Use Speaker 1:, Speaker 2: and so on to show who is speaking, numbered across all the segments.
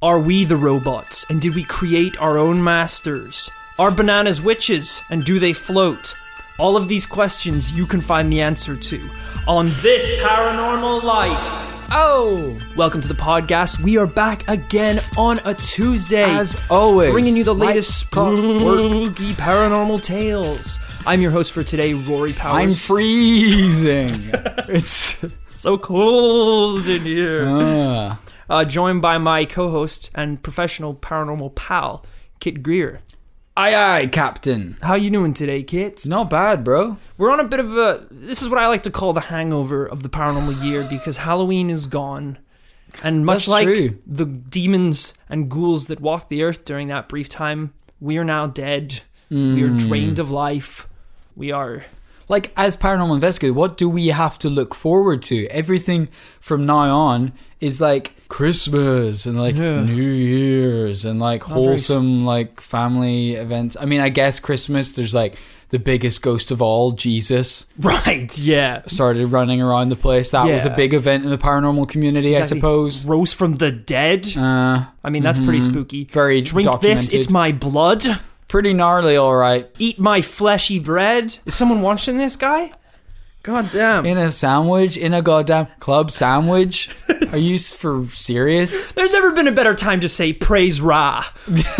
Speaker 1: Are we the robots, and did we create our own masters? Are bananas witches, and do they float? All of these questions you can find the answer to on This Paranormal Life.
Speaker 2: Oh,
Speaker 1: Welcome to the podcast. We are back again on a Tuesday.
Speaker 2: As always,
Speaker 1: bringing you the
Speaker 2: like
Speaker 1: latest
Speaker 2: clockwork.
Speaker 1: spooky paranormal tales. I'm your host for today, Rory Powers.
Speaker 2: I'm freezing. it's
Speaker 1: so cold in here.
Speaker 2: uh,
Speaker 1: uh, joined by my co-host and professional paranormal pal, Kit Greer.
Speaker 2: aye aye, Captain.
Speaker 1: How you doing today, Kit?
Speaker 2: It's not bad, bro.
Speaker 1: We're on a bit of a. This is what I like to call the hangover of the paranormal year because Halloween is gone, and much
Speaker 2: That's
Speaker 1: like
Speaker 2: true.
Speaker 1: the demons and ghouls that walked the earth during that brief time, we are now dead. We
Speaker 2: Hmm.
Speaker 1: are drained of life. We are
Speaker 2: Like as paranormal investigator, what do we have to look forward to? Everything from now on is like Christmas and like
Speaker 1: Yeah.
Speaker 2: New Year's and like
Speaker 1: very
Speaker 2: wholesome like family events. I mean, I guess Christmas there's like the biggest ghost of all, Jesus,
Speaker 1: right. Yeah.
Speaker 2: started running around the place. That was a
Speaker 1: Yeah.
Speaker 2: big event in the paranormal community,
Speaker 1: Exactly.
Speaker 2: I suppose.
Speaker 1: Rose from the dead.
Speaker 2: Uh,
Speaker 1: I mean, that's pretty spooky.
Speaker 2: very
Speaker 1: Drink
Speaker 2: documented.
Speaker 1: this, it's my blood.
Speaker 2: pretty gnarly, all right.
Speaker 1: Eat my fleshy bread. Is someone watching this guy? God damn.
Speaker 2: In a sandwich, in a goddamn club sandwich. Are you s- for serious?
Speaker 1: There's never been a better time to say praise Ra.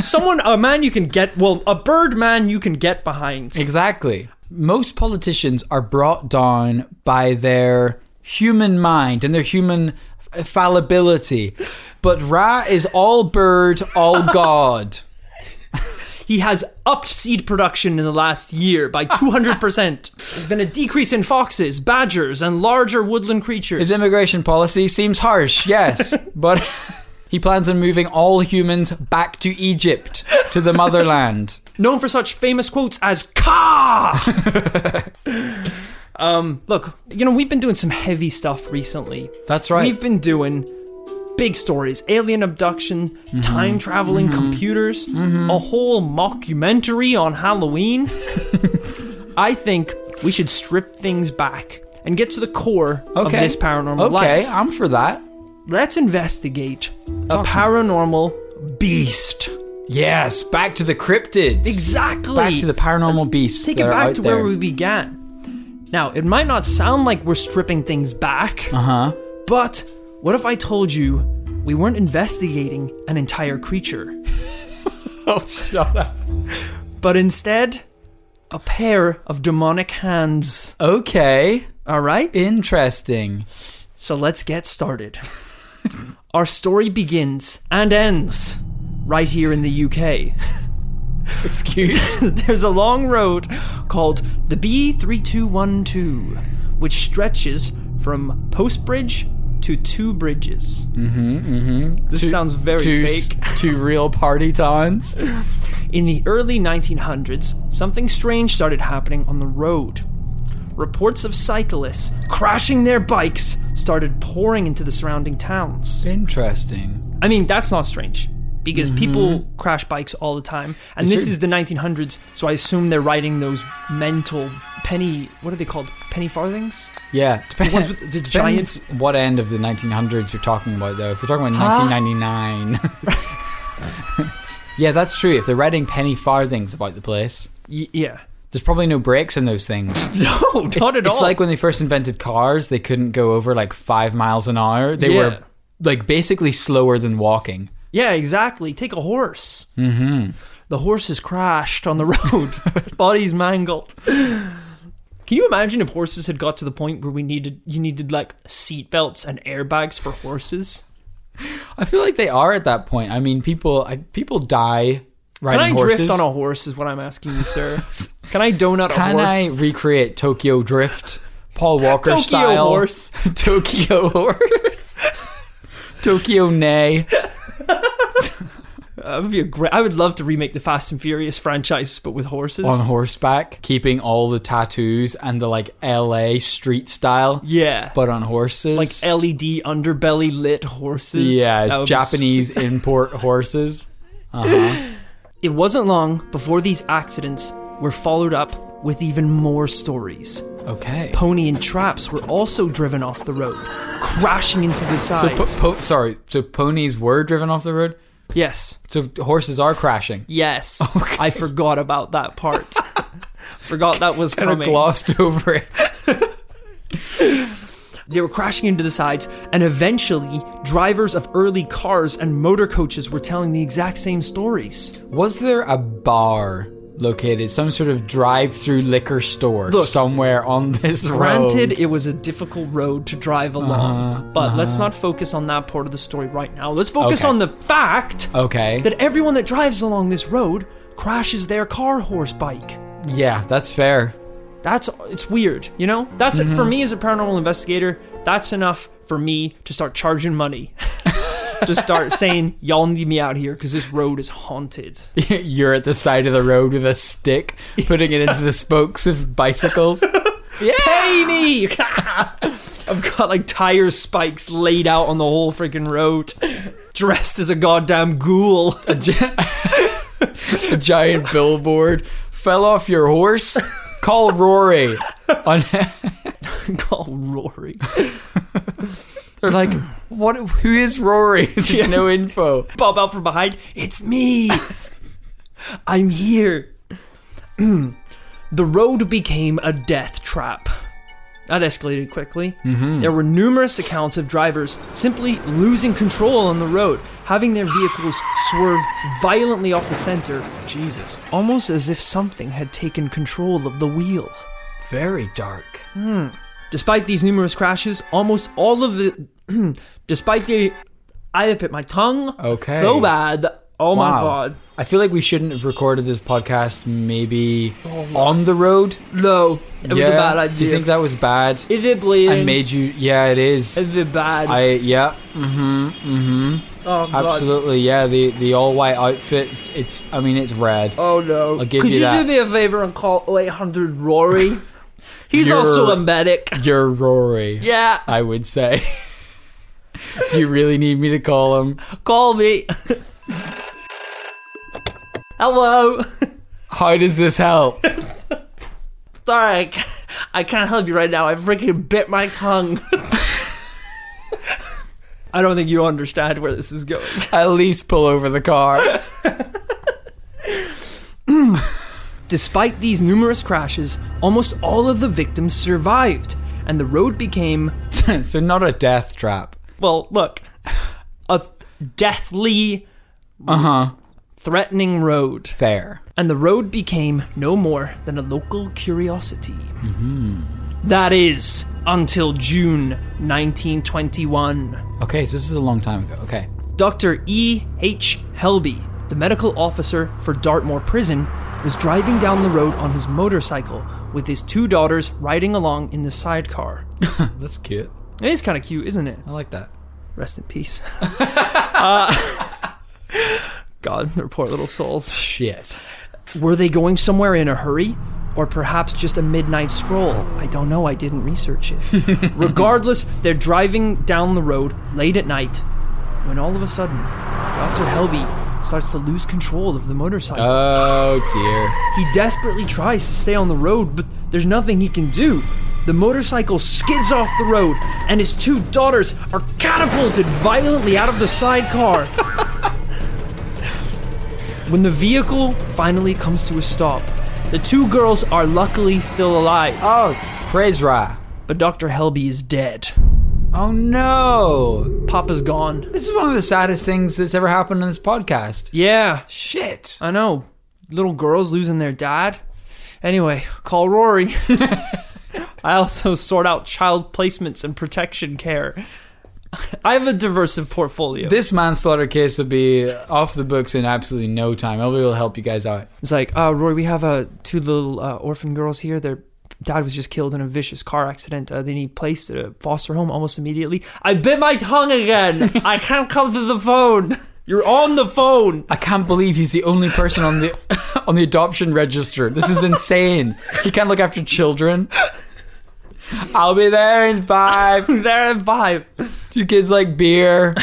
Speaker 1: Someone, a man you can get, well, a bird man you can get behind.
Speaker 2: Exactly. Most politicians are brought down by their human mind and their human f- fallibility, but Ra is all bird, all god.
Speaker 1: He has upped seed production in the last year by 200%. There's been a decrease in foxes, badgers, and larger woodland creatures.
Speaker 2: His immigration policy seems harsh, yes, but he plans on moving all humans back to Egypt, to the motherland.
Speaker 1: known for such famous quotes as "Ka." um, look, you know we've been doing some heavy stuff recently.
Speaker 2: That's right.
Speaker 1: We've been doing big stories: alien abduction,
Speaker 2: Mm-hmm.
Speaker 1: time traveling computers, a whole mockumentary on Halloween. I think we should strip things back and get to the core of
Speaker 2: Okay.
Speaker 1: this paranormal
Speaker 2: okay,
Speaker 1: life.
Speaker 2: I'm for that.
Speaker 1: Let's investigate a
Speaker 2: Talk to me.
Speaker 1: paranormal beast.
Speaker 2: Yes, back to the cryptids.
Speaker 1: Exactly.
Speaker 2: Back to the paranormal
Speaker 1: Let's
Speaker 2: beasts
Speaker 1: Take
Speaker 2: that
Speaker 1: it
Speaker 2: are
Speaker 1: back
Speaker 2: out
Speaker 1: to where
Speaker 2: there.
Speaker 1: we began. Now, it might not sound like we're stripping things back,
Speaker 2: Uh huh.
Speaker 1: but what if I told you we weren't investigating an entire creature,
Speaker 2: Oh, shut up.
Speaker 1: but instead a pair of demonic hands?
Speaker 2: Okay,
Speaker 1: All right?
Speaker 2: interesting.
Speaker 1: so let's get started. Our story begins and ends right here in the UK.
Speaker 2: Excuse.
Speaker 1: there's a long road called the B3212, which stretches from Post Bridge to Two Bridges. Mm-hmm, mm-hmm. This sounds very
Speaker 2: two, s-
Speaker 1: fake.
Speaker 2: two real party towns.
Speaker 1: In the early 1900s, something strange started happening on the road. Reports of cyclists crashing their bikes started pouring into the surrounding towns.
Speaker 2: Interesting.
Speaker 1: I mean, that's not strange because
Speaker 2: Mm-hmm.
Speaker 1: people crash bikes all the time, and this
Speaker 2: do.
Speaker 1: is the 1900s, so I assume they're riding those mental penny. What are they called? Penny farthings?
Speaker 2: Yeah, depends.
Speaker 1: ones with the giants-
Speaker 2: What end of the 1900s you're talking about, though? If we're talking about
Speaker 1: Huh?
Speaker 2: 1999. yeah, that's true. If they're writing penny farthings about the place,
Speaker 1: Y- yeah.
Speaker 2: there's probably no brakes in those things.
Speaker 1: No, not
Speaker 2: It's-
Speaker 1: at
Speaker 2: it's
Speaker 1: all.
Speaker 2: like when they first invented cars, they couldn't go over like five miles an hour. They
Speaker 1: Yeah.
Speaker 2: were like basically slower than walking.
Speaker 1: yeah, exactly. Take a horse. Mm-hmm. The horse has crashed on the road. Body's mangled. Can you imagine if horses had got to the point where we needed you needed like seatbelts and airbags for horses?
Speaker 2: I feel like they are at that point. I mean, people I, people die riding
Speaker 1: Can I
Speaker 2: horses.
Speaker 1: drift on a horse? Is what I'm asking you, sir. Can I donut a
Speaker 2: Can
Speaker 1: horse?
Speaker 2: I recreate Tokyo Drift, Paul Walker
Speaker 1: Tokyo
Speaker 2: style?
Speaker 1: horse.
Speaker 2: Tokyo horse. Tokyo nay.
Speaker 1: Uh, That would be a great. I would love to remake the Fast and Furious franchise, but with horses.
Speaker 2: on horseback, keeping all the tattoos and the like LA street style,
Speaker 1: yeah,
Speaker 2: but on horses.
Speaker 1: like LED underbelly lit horses. That
Speaker 2: yeah,
Speaker 1: would be s-
Speaker 2: Japanese import horses.
Speaker 1: it wasn't long before these accidents were followed up with even more stories.
Speaker 2: Okay.
Speaker 1: Pony and traps were also driven off the road, crashing into the
Speaker 2: So,
Speaker 1: sides.
Speaker 2: po- po- sorry. So ponies were driven off the road.
Speaker 1: Yes.
Speaker 2: So horses are crashing.
Speaker 1: Yes. I forgot about that part. forgot that was
Speaker 2: Kind of
Speaker 1: coming.
Speaker 2: glossed over it.
Speaker 1: They were crashing into the sides, and eventually, drivers of early cars and motor coaches were telling the exact same stories.
Speaker 2: Was there a bar located, some sort of drive-through liquor store
Speaker 1: Look,
Speaker 2: somewhere on this
Speaker 1: Granted,
Speaker 2: road?
Speaker 1: it was a difficult road to drive along, but let's not focus on that part of the story right now. Let's focus
Speaker 2: Uh-huh. Okay.
Speaker 1: on the fact
Speaker 2: Okay.
Speaker 1: that everyone that drives along this road crashes their car horse bike.
Speaker 2: yeah, that's fair.
Speaker 1: That's it's weird, you know? That's it
Speaker 2: Mm-hmm.
Speaker 1: for me as a paranormal investigator. That's enough for me to start charging money. to start saying y'all need me out here cuz this road is haunted.
Speaker 2: You're at the side of the road with a stick, putting it into the spokes of bicycles.
Speaker 1: Pay me! I've got like tire spikes laid out on the whole freaking road, dressed as a goddamn ghoul.
Speaker 2: a, gi- a giant billboard fell off your horse. Call Rory. On,
Speaker 1: Call Rory.
Speaker 2: they're like, what? Who is Rory? There's no info.
Speaker 1: Pop out from behind. It's me! I'm here. the road became a death trap. That escalated quickly. There were numerous accounts of drivers simply losing control on the road, having their vehicles swerve violently off the center. Jesus. Almost as if something had taken control of the wheel.
Speaker 2: Very dark.
Speaker 1: Despite these numerous crashes, almost all of the. despite the. I have bit my tongue.
Speaker 2: Okay.
Speaker 1: So bad. Oh my
Speaker 2: Wow.
Speaker 1: god.
Speaker 2: I feel like we shouldn't have recorded this podcast maybe on the road.
Speaker 1: No. Oh, It was a bad idea.
Speaker 2: Do you think that was bad?
Speaker 1: Is it bleeding?
Speaker 2: I made you. Yeah, it is.
Speaker 1: Is it bad?
Speaker 2: I yeah. Mm-hmm. Mm-hmm.
Speaker 1: oh god.
Speaker 2: Absolutely. Yeah. The the all white outfits. It's. I mean, it's red.
Speaker 1: Oh no.
Speaker 2: I'll give
Speaker 1: Could
Speaker 2: you
Speaker 1: you,
Speaker 2: that.
Speaker 1: do me a favor and call 0800 Rory? He's
Speaker 2: You're-
Speaker 1: also a medic.
Speaker 2: You're Rory.
Speaker 1: Oh. Yeah,
Speaker 2: I would say. Do you really need me to call him?
Speaker 1: call me. Hello.
Speaker 2: How does this help?
Speaker 1: Sorry, I ca- I can't help you right now. I freaking bit my tongue. I don't think you understand where this is going.
Speaker 2: At least pull over the car.
Speaker 1: Despite these numerous crashes, almost all of the victims survived, and the road became
Speaker 2: so not a death trap.
Speaker 1: well, look, a th- deathly,
Speaker 2: Uh huh.
Speaker 1: threatening road.
Speaker 2: Fair.
Speaker 1: And the road became no more than a local curiosity. That is, until June 1921.
Speaker 2: Okay, so this is a long time ago. Okay.
Speaker 1: Dr. E. H. Helby, the medical officer for Dartmoor Prison, was driving down the road on his motorcycle with his two daughters riding along in the sidecar.
Speaker 2: That's cute.
Speaker 1: It is kind of cute, isn't it?
Speaker 2: I like that.
Speaker 1: Rest in peace. uh, God, their poor little souls.
Speaker 2: Shit.
Speaker 1: Were they going somewhere in a hurry? Or perhaps just a midnight stroll? I don't know, I didn't research it. Regardless, they're driving down the road late at night when all of a sudden, Dr. Helby starts to lose control of the motorcycle.
Speaker 2: Oh dear.
Speaker 1: He desperately tries to stay on the road, but there's nothing he can do. The motorcycle skids off the road, and his two daughters are catapulted violently out of the sidecar. when the vehicle finally comes to a stop, the two girls are luckily still alive,
Speaker 2: Oh, praise Ra.
Speaker 1: but Dr. Helby is dead.
Speaker 2: Oh no.
Speaker 1: Papa's gone.
Speaker 2: This is one of the saddest things that's ever happened on this podcast.
Speaker 1: Yeah,
Speaker 2: Shit.
Speaker 1: I know. Little girls losing their dad. Anyway, call Rory. I also sort out child placements and protection care. I have a diverse portfolio.
Speaker 2: This manslaughter case will be off the books in absolutely no time. I'll be able to help you guys out.
Speaker 1: It's like, uh, Rory, we have uh, two little uh, orphan girls here. Their dad was just killed in a vicious car accident. Uh, they need placed at a foster home almost immediately. I bit my tongue again. I can't come to the phone. You're on the phone.
Speaker 2: I can't believe he's the only person on the on the adoption register. This is insane. He can't look after children. I'll be there in five.
Speaker 1: there in five.
Speaker 2: Two kids like beer.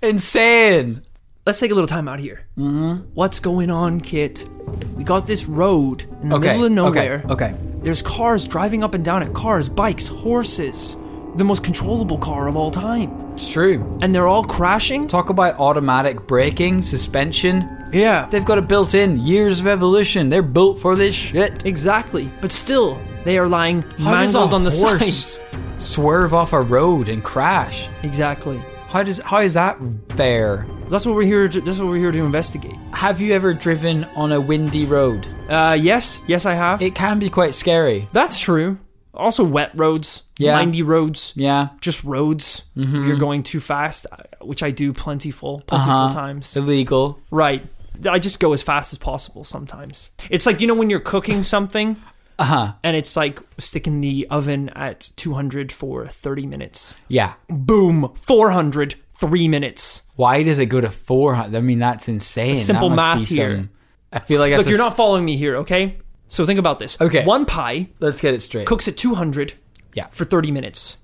Speaker 2: Insane.
Speaker 1: let's take a little time out here. Mm-hmm. What's going on, Kit? We got this road in the middle of nowhere.
Speaker 2: Okay. Okay.
Speaker 1: There's cars driving up and down it. Cars, bikes, horses. The most controllable car of all time.
Speaker 2: It's true.
Speaker 1: and they're all crashing.
Speaker 2: Talk about automatic braking, suspension.
Speaker 1: Yeah,
Speaker 2: They've got it built in. Years of evolution. They're built for this shit.
Speaker 1: exactly. But still, they are lying
Speaker 2: How does a
Speaker 1: mangled on the
Speaker 2: horse
Speaker 1: sides.
Speaker 2: Swerve off a road and crash.
Speaker 1: Exactly.
Speaker 2: How does how is that fair?
Speaker 1: That's what we're here. To, that's what we're here to investigate.
Speaker 2: Have you ever driven on a windy road?
Speaker 1: Uh, yes, yes, I have.
Speaker 2: It can be quite scary.
Speaker 1: That's true. Also, wet roads,
Speaker 2: Yeah.
Speaker 1: windy roads,
Speaker 2: Yeah.
Speaker 1: just roads.
Speaker 2: Mm-hmm.
Speaker 1: You're going too fast, uh, which I do plentiful, plentiful
Speaker 2: Uh-huh.
Speaker 1: times.
Speaker 2: Illegal.
Speaker 1: Right. I just go as fast as possible sometimes. It's like you know when you're cooking something. Uh-huh. And it's like sticking the oven at 200 for 30 minutes.
Speaker 2: Yeah.
Speaker 1: Boom, 400, 3 minutes.
Speaker 2: Why does it go to four hundred? I mean, that's insane. That
Speaker 1: Simple
Speaker 2: must
Speaker 1: math
Speaker 2: be
Speaker 1: here.
Speaker 2: some- I feel like that's
Speaker 1: Look,
Speaker 2: a
Speaker 1: you're
Speaker 2: s-
Speaker 1: not following me here, okay? So think about this.
Speaker 2: Okay.
Speaker 1: One pie
Speaker 2: Let's get it straight.
Speaker 1: cooks at 200
Speaker 2: Yeah.
Speaker 1: for 30 minutes.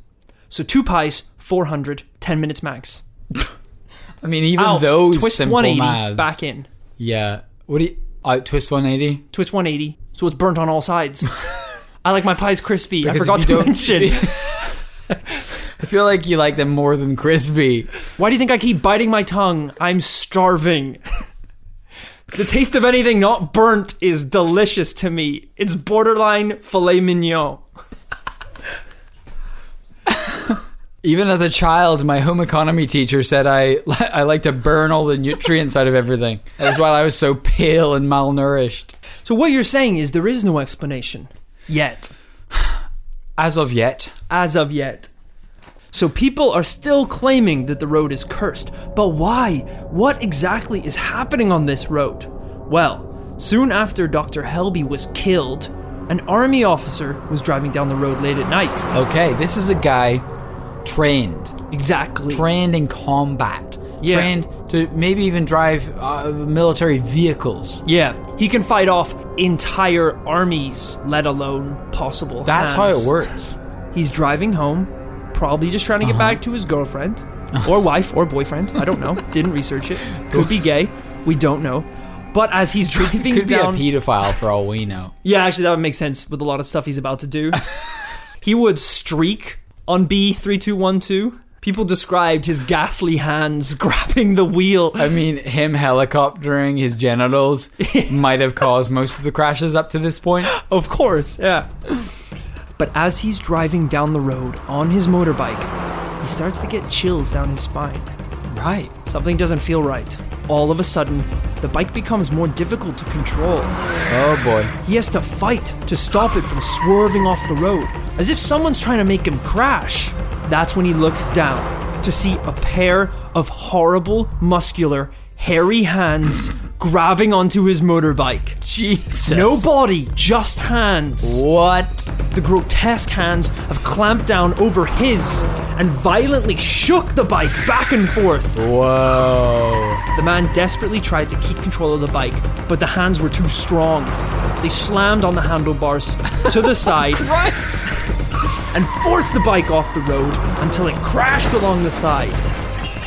Speaker 1: So two pies, 400, 10 minutes max.
Speaker 2: I mean, even
Speaker 1: Out,
Speaker 2: those
Speaker 1: twist
Speaker 2: simple
Speaker 1: 180,
Speaker 2: maths.
Speaker 1: back in.
Speaker 2: Yeah. What do you out twist one eighty?
Speaker 1: Twist 180, so it's burnt on all sides. I like my pies crispy. I
Speaker 2: Because if
Speaker 1: forgot
Speaker 2: you
Speaker 1: to
Speaker 2: don't-
Speaker 1: mention.
Speaker 2: I feel like you like them more than crispy.
Speaker 1: Why do you think I keep biting my tongue? I'm starving. the taste of anything not burnt is delicious to me. It's borderline filet mignon.
Speaker 2: Even as a child, my home economy teacher said I I like to burn all the nutrients out of everything. That was why I was so pale and malnourished.
Speaker 1: So what you're saying is there is no explanation yet.
Speaker 2: As of yet,
Speaker 1: as of yet. So people are still claiming that the road is cursed. But why? What exactly is happening on this road? Well, soon after Dr. Helby was killed, an army officer was driving down the road late at night.
Speaker 2: okay, this is a guy trained,
Speaker 1: Exactly.
Speaker 2: trained in combat,
Speaker 1: Yeah.
Speaker 2: trained to maybe even drive uh, military vehicles.
Speaker 1: yeah, he can fight off entire armies, let alone possible.
Speaker 2: That's how
Speaker 1: hands.
Speaker 2: it works.
Speaker 1: He's driving home, probably just trying to
Speaker 2: Uh-huh.
Speaker 1: get back to his girlfriend or wife or boyfriend. I don't know. Didn't research it. Could be gay. We don't know. But as he's driving
Speaker 2: Could
Speaker 1: down,
Speaker 2: be a pedophile for all we know.
Speaker 1: yeah, actually that would make sense with a lot of stuff he's about to do. he would streak on B three two one two. People described his ghastly hands grabbing the wheel.
Speaker 2: I mean, him helicoptering his genitals might have caused most of the crashes up to this point.
Speaker 1: Of course, yeah. But as he's driving down the road on his motorbike, he starts to get chills down his spine.
Speaker 2: Right.
Speaker 1: Something doesn't feel right. All of a sudden, the bike becomes more difficult to control.
Speaker 2: Oh boy.
Speaker 1: He has to fight to stop it from swerving off the road, as if someone's trying to make him crash. That's when he looks down to see a pair of horrible, muscular, hairy hands grabbing onto his motorbike.
Speaker 2: Jesus.
Speaker 1: No body, just hands.
Speaker 2: Oh. What?
Speaker 1: The grotesque hands have clamped down over his and violently shook the bike back and forth.
Speaker 2: Whoa.
Speaker 1: The man desperately tried to keep control of the bike, but the hands were too strong. They slammed on the handlebars to the side
Speaker 2: Right.
Speaker 1: and forced the bike off the road until it crashed along the side.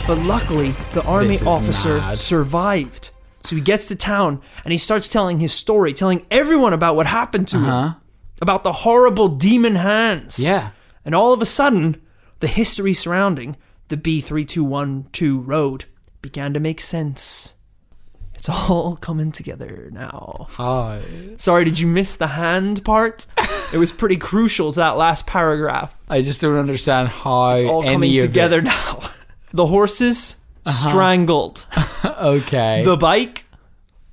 Speaker 1: But luckily, the army
Speaker 2: This is
Speaker 1: officer
Speaker 2: mad.
Speaker 1: survived. So he gets to town and he starts telling his story, telling everyone about what happened to him, about the horrible demon hands.
Speaker 2: Uh-huh. Yeah.
Speaker 1: And all of a sudden, the history surrounding the B3212 road began to make sense. It's all coming together now.
Speaker 2: Hi.
Speaker 1: Sorry, did you miss the hand part? it was pretty crucial to that last paragraph.
Speaker 2: I just don't understand how
Speaker 1: All coming
Speaker 2: any of it- Uh-huh.
Speaker 1: together now. The horses strangled.
Speaker 2: Okay.
Speaker 1: The bike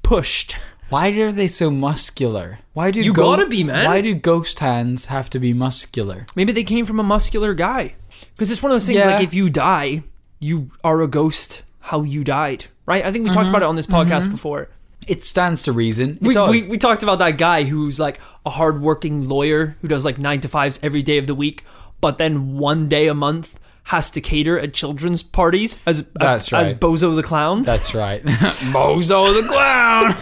Speaker 1: pushed.
Speaker 2: why are they so muscular? Why do
Speaker 1: You gotta be, man.
Speaker 2: Why do ghost hands have to be muscular?
Speaker 1: Maybe they came from a muscular guy. Because it's one of those things
Speaker 2: Yeah.
Speaker 1: like if you die, you are a ghost how you died, right? I think we
Speaker 2: Mm-hmm.
Speaker 1: talked about it on this podcast before.
Speaker 2: It stands to reason. It
Speaker 1: We,
Speaker 2: does.
Speaker 1: we, we talked about that guy who's like a hardworking lawyer who does like nine to fives every day of the week, but then one day a month has to cater at children's parties as uh,
Speaker 2: That's
Speaker 1: as,
Speaker 2: right.
Speaker 1: Bozo the clown,
Speaker 2: That's right. Mozo the clown.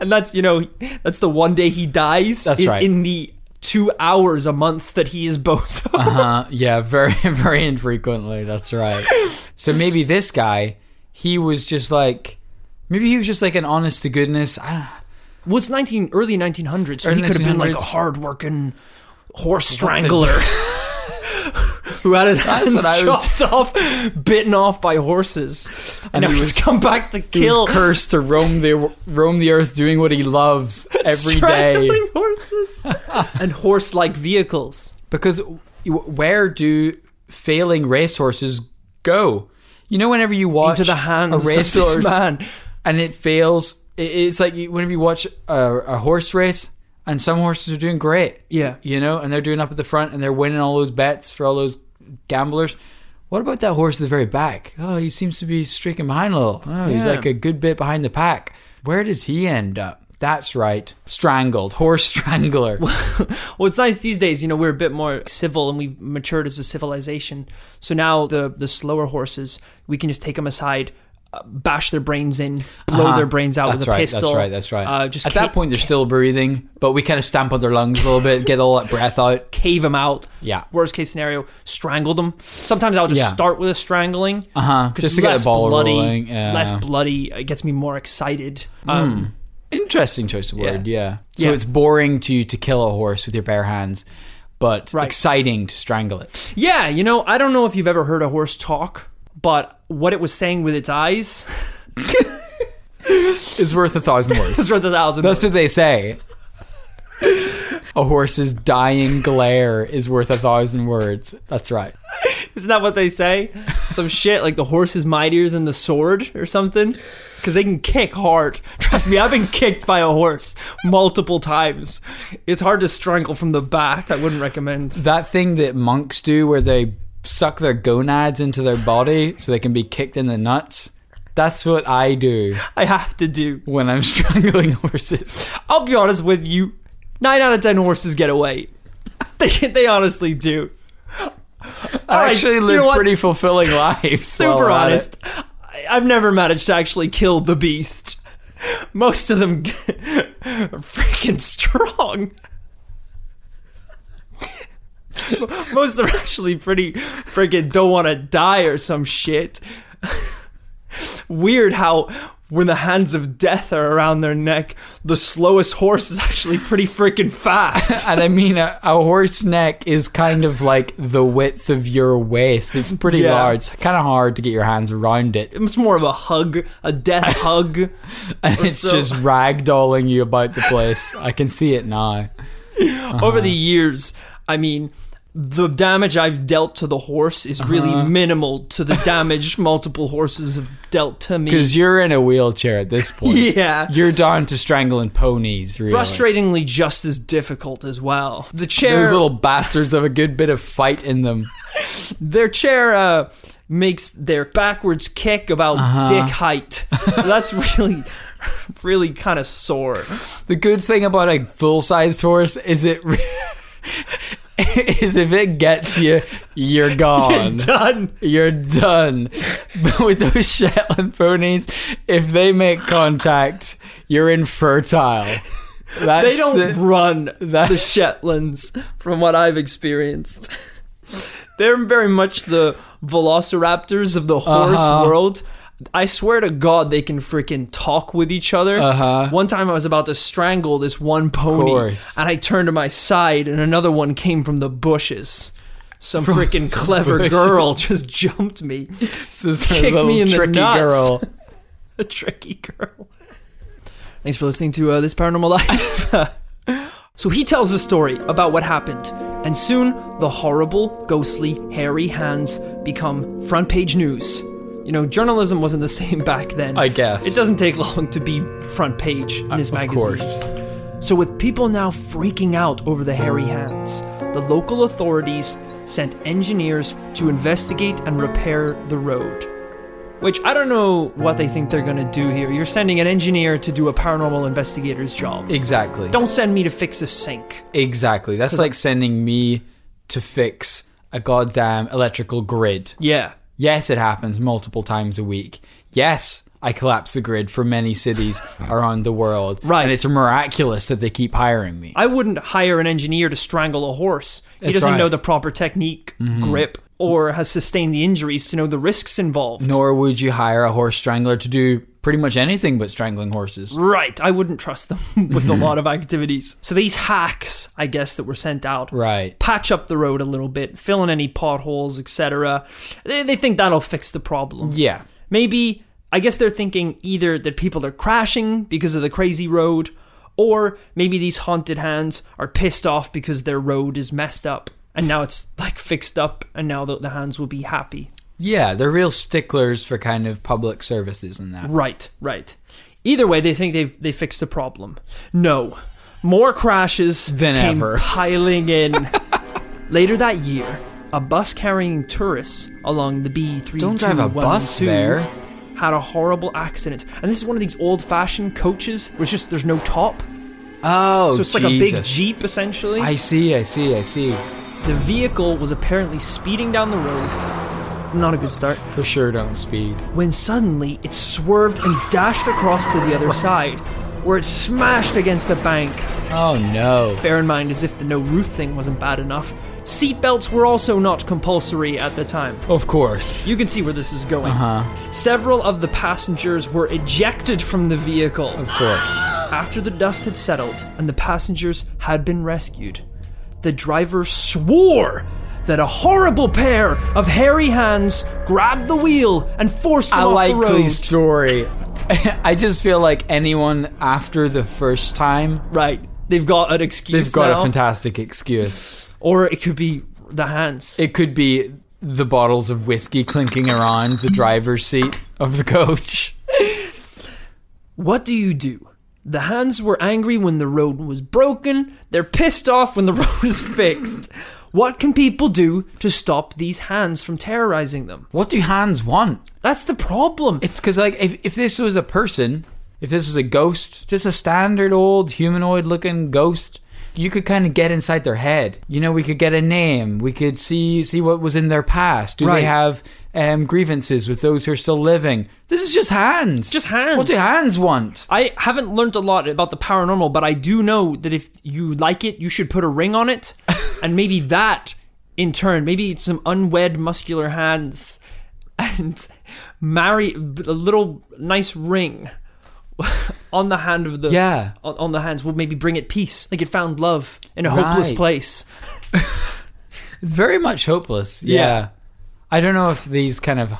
Speaker 1: and that's you know that's the one day he dies.
Speaker 2: That's
Speaker 1: in,
Speaker 2: right.
Speaker 1: In the two hours a month that he is Bozo.
Speaker 2: Uh, yeah, very, very infrequently. That's right. So maybe this guy, he was just like, maybe he was just like an honest to goodness. ah,
Speaker 1: Well, it's nineteen early nineteen hundreds, so he
Speaker 2: Early
Speaker 1: could have been like a
Speaker 2: 1900s.
Speaker 1: hardworking horse strangler who had his hands
Speaker 2: what I was-
Speaker 1: chopped off, bitten off by horses, and,
Speaker 2: And
Speaker 1: now
Speaker 2: he
Speaker 1: he's
Speaker 2: was-
Speaker 1: come back to
Speaker 2: He
Speaker 1: kill
Speaker 2: was cursed to roam the roam the earth, doing what he loves every day.
Speaker 1: strangling horses and horse-like vehicles.
Speaker 2: Because w- where do failing racehorses go? You know, whenever you watch
Speaker 1: Into the hands
Speaker 2: a
Speaker 1: of this
Speaker 2: racehorse
Speaker 1: man.
Speaker 2: and it fails, i- it's like you- whenever you watch a, a horse race and some horses are doing great,
Speaker 1: Yeah.
Speaker 2: you know, and they're doing up at the front and they're winning all those bets for all those gamblers. What about that horse at the very back? Oh, he seems to be streaking behind a little. Oh, he's
Speaker 1: Yeah.
Speaker 2: like a good bit behind the pack. Where does he end up? That's right, strangled, horse strangler.
Speaker 1: Well, it's nice these days. You know, we're a bit more civil and we've matured as a civilization. So now the the slower horses, we can just take them aside, uh, bash their brains in, blow
Speaker 2: Uh-huh.
Speaker 1: their brains out
Speaker 2: that's
Speaker 1: with a
Speaker 2: right,
Speaker 1: pistol.
Speaker 2: That's right. That's right.
Speaker 1: Uh, just
Speaker 2: at
Speaker 1: ca-
Speaker 2: that point, they're still breathing, but we kind of stamp on their lungs a little bit, get all that breath out.
Speaker 1: cave them out.
Speaker 2: Yeah.
Speaker 1: Worst case scenario, strangle them. Sometimes I'll just
Speaker 2: Yeah.
Speaker 1: start with a strangling.
Speaker 2: Uh huh. Just to get the ball rolling. Yeah.
Speaker 1: Less bloody. It gets me more excited. Um,
Speaker 2: Interesting choice of word. Yeah. So
Speaker 1: Yeah.
Speaker 2: it's boring to to kill a horse with your bare hands, but
Speaker 1: Right.
Speaker 2: exciting to strangle it.
Speaker 1: Yeah, you know, I don't know if you've ever heard a horse talk, but what it was saying with its eyes
Speaker 2: It's worth a thousand words.
Speaker 1: is worth a thousand.
Speaker 2: That's what they say. A horse's dying glare is worth a thousand words. That's right.
Speaker 1: Isn't that what they say? Some shit like the horse is mightier than the sword or something. Because they can kick hard. Trust me, I've been kicked by a horse multiple times. It's hard to strangle from the back. I wouldn't recommend.
Speaker 2: that thing that monks do where they suck their gonads into their body so they can be kicked in the nuts. That's what I do
Speaker 1: I have to do.
Speaker 2: when I'm strangling horses.
Speaker 1: I'll be honest with you. Nine out of ten horses get away. They they honestly do. All
Speaker 2: I
Speaker 1: right,
Speaker 2: actually
Speaker 1: you
Speaker 2: live
Speaker 1: know what?
Speaker 2: pretty fulfilling lives. while
Speaker 1: Super
Speaker 2: we're at it.
Speaker 1: honest. I, I've never managed to actually kill the beast. Most of them are freaking strong. Most of them are actually pretty freaking don't want to die or some shit. Weird how when the hands of death are around their neck, the slowest horse is actually pretty freaking fast.
Speaker 2: And I mean, a, a horse neck is kind of like the width of your waist. It's pretty
Speaker 1: Yeah.
Speaker 2: large. It's kind of hard to get your hands around it.
Speaker 1: It's more of a hug, a death hug.
Speaker 2: And it's
Speaker 1: so-
Speaker 2: just ragdolling you about the place. I can see it now. Uh-huh.
Speaker 1: over the years, I mean, the damage I've dealt to the horse
Speaker 2: Uh-huh.
Speaker 1: is really minimal to the damage multiple horses have dealt to me.
Speaker 2: Because you're in a wheelchair at this point.
Speaker 1: Yeah.
Speaker 2: You're down to strangling ponies, really.
Speaker 1: Frustratingly, just as difficult as well. The chair,
Speaker 2: Those little bastards have a good bit of fight in them.
Speaker 1: their chair, uh, makes their backwards kick about
Speaker 2: Uh-huh.
Speaker 1: dick height. So that's really, really kind of sore.
Speaker 2: The good thing about a full-sized horse is it re- is if it gets you, you're gone.
Speaker 1: Done.
Speaker 2: You're done. But with those Shetland ponies, if they make contact, you're infertile. That's
Speaker 1: They don't
Speaker 2: the-
Speaker 1: run
Speaker 2: that-
Speaker 1: the Shetlands from what I've experienced. They're very much the velociraptors of the horse
Speaker 2: Uh-huh.
Speaker 1: world. I swear to God, they can freaking talk with each other.
Speaker 2: Uh-huh.
Speaker 1: One time I was about to strangle this one pony,
Speaker 2: course.
Speaker 1: and I turned to my side, and another one came from the bushes. Some freaking clever
Speaker 2: bushes.
Speaker 1: girl just jumped me.
Speaker 2: so sort of
Speaker 1: kicked
Speaker 2: little
Speaker 1: me in the
Speaker 2: tricky
Speaker 1: nuts.
Speaker 2: girl.
Speaker 1: A tricky girl. Thanks for listening to uh, this paranormal life. so he tells the story about what happened, and soon the horrible, ghostly, hairy hands become front page news. You know, journalism wasn't the same back then.
Speaker 2: I guess. Uh,
Speaker 1: it doesn't take long to be front page in his
Speaker 2: of
Speaker 1: magazine.
Speaker 2: course.
Speaker 1: So, with people now freaking out over the hairy hands, the local authorities sent engineers to investigate and repair the road. Which I don't know what they think they're gonna do here. You're sending an engineer to do a paranormal investigator's job.
Speaker 2: Exactly.
Speaker 1: Don't send me to fix a sink.
Speaker 2: Exactly. That's like sending me to fix a goddamn electrical grid.
Speaker 1: Yeah.
Speaker 2: Yes, it happens multiple times a week. Yes, I collapse the grid for many cities around the world.
Speaker 1: Right.
Speaker 2: And it's miraculous that they keep hiring me.
Speaker 1: I wouldn't hire an engineer to strangle a horse. He
Speaker 2: That's
Speaker 1: doesn't
Speaker 2: right. Mm-hmm.
Speaker 1: know the proper technique, grip, or has sustained the injuries to know the risks involved.
Speaker 2: Nor would you hire a horse strangler to do pretty much anything but strangling horses.
Speaker 1: Right, I wouldn't trust them with a lot of activities. So these hacks, I guess, that were sent out,
Speaker 2: Right.
Speaker 1: patch up the road a little bit, fill in any potholes, etc. They, they think that'll fix the problem.
Speaker 2: Yeah.
Speaker 1: Maybe, I guess they're thinking either that people are crashing because of the crazy road, or maybe these haunted hands are pissed off because their road is messed up. And now it's like fixed up, and now the, the hands will be happy.
Speaker 2: Yeah, they're real sticklers for kind of public services and that.
Speaker 1: Right, right. Either way, they think they've they fixed the problem. No, more crashes
Speaker 2: Than
Speaker 1: came
Speaker 2: ever.
Speaker 1: piling in. Later that year, a bus carrying tourists along the B three
Speaker 2: Don't drive a bus there.
Speaker 1: had a horrible accident, and this is one of these old-fashioned coaches where it's just there's no top,
Speaker 2: Oh,
Speaker 1: so it's like a big
Speaker 2: Jesus.
Speaker 1: jeep essentially.
Speaker 2: I see, I see, I see.
Speaker 1: the vehicle was apparently speeding down the road. Not a good start.
Speaker 2: For sure, don't speed.
Speaker 1: when suddenly it swerved and dashed across to the other side, where it smashed against a bank.
Speaker 2: Oh no.
Speaker 1: Bear in mind, as if the no roof thing wasn't bad enough, seatbelts were also not compulsory at the time.
Speaker 2: Of course.
Speaker 1: You can see where this is going.
Speaker 2: Uh-huh.
Speaker 1: Several of the passengers were ejected from the vehicle.
Speaker 2: Of course.
Speaker 1: After the dust had settled and the passengers had been rescued, the driver swore that a horrible pair of hairy hands grabbed the wheel and forced him
Speaker 2: I
Speaker 1: off
Speaker 2: like
Speaker 1: the road.
Speaker 2: the story. I just feel like anyone after the first time,
Speaker 1: Right. They've got an excuse
Speaker 2: they've got
Speaker 1: now.
Speaker 2: a fantastic excuse.
Speaker 1: or it could be the hands.
Speaker 2: It could be the bottles of whiskey clinking around the driver's seat of the coach.
Speaker 1: What do you do? The hands were angry when the road was broken. They're pissed off when the road is fixed. What can people do to stop these hands from terrorizing them?
Speaker 2: What do hands want?
Speaker 1: That's the problem.
Speaker 2: It's because, like, if, if this was a person, if this was a ghost, just a standard old humanoid looking ghost, you could kind of get inside their head. You know, we could get a name. We could see see what was in their past. Do
Speaker 1: Right.
Speaker 2: they have um, grievances with those who are still living? This is just hands.
Speaker 1: Just hands.
Speaker 2: What do hands want?
Speaker 1: I haven't learned a lot about the paranormal, but I do know that if you like it, you should put a ring on it. and maybe that, in turn, maybe it's some unwed muscular hands and marry a little nice ring on the hand of the.
Speaker 2: Yeah.
Speaker 1: On, on the hands will maybe bring it peace. Like it found love in a hopeless
Speaker 2: Right.
Speaker 1: place.
Speaker 2: It's very much hopeless. Yeah.
Speaker 1: Yeah.
Speaker 2: I don't know if these kind of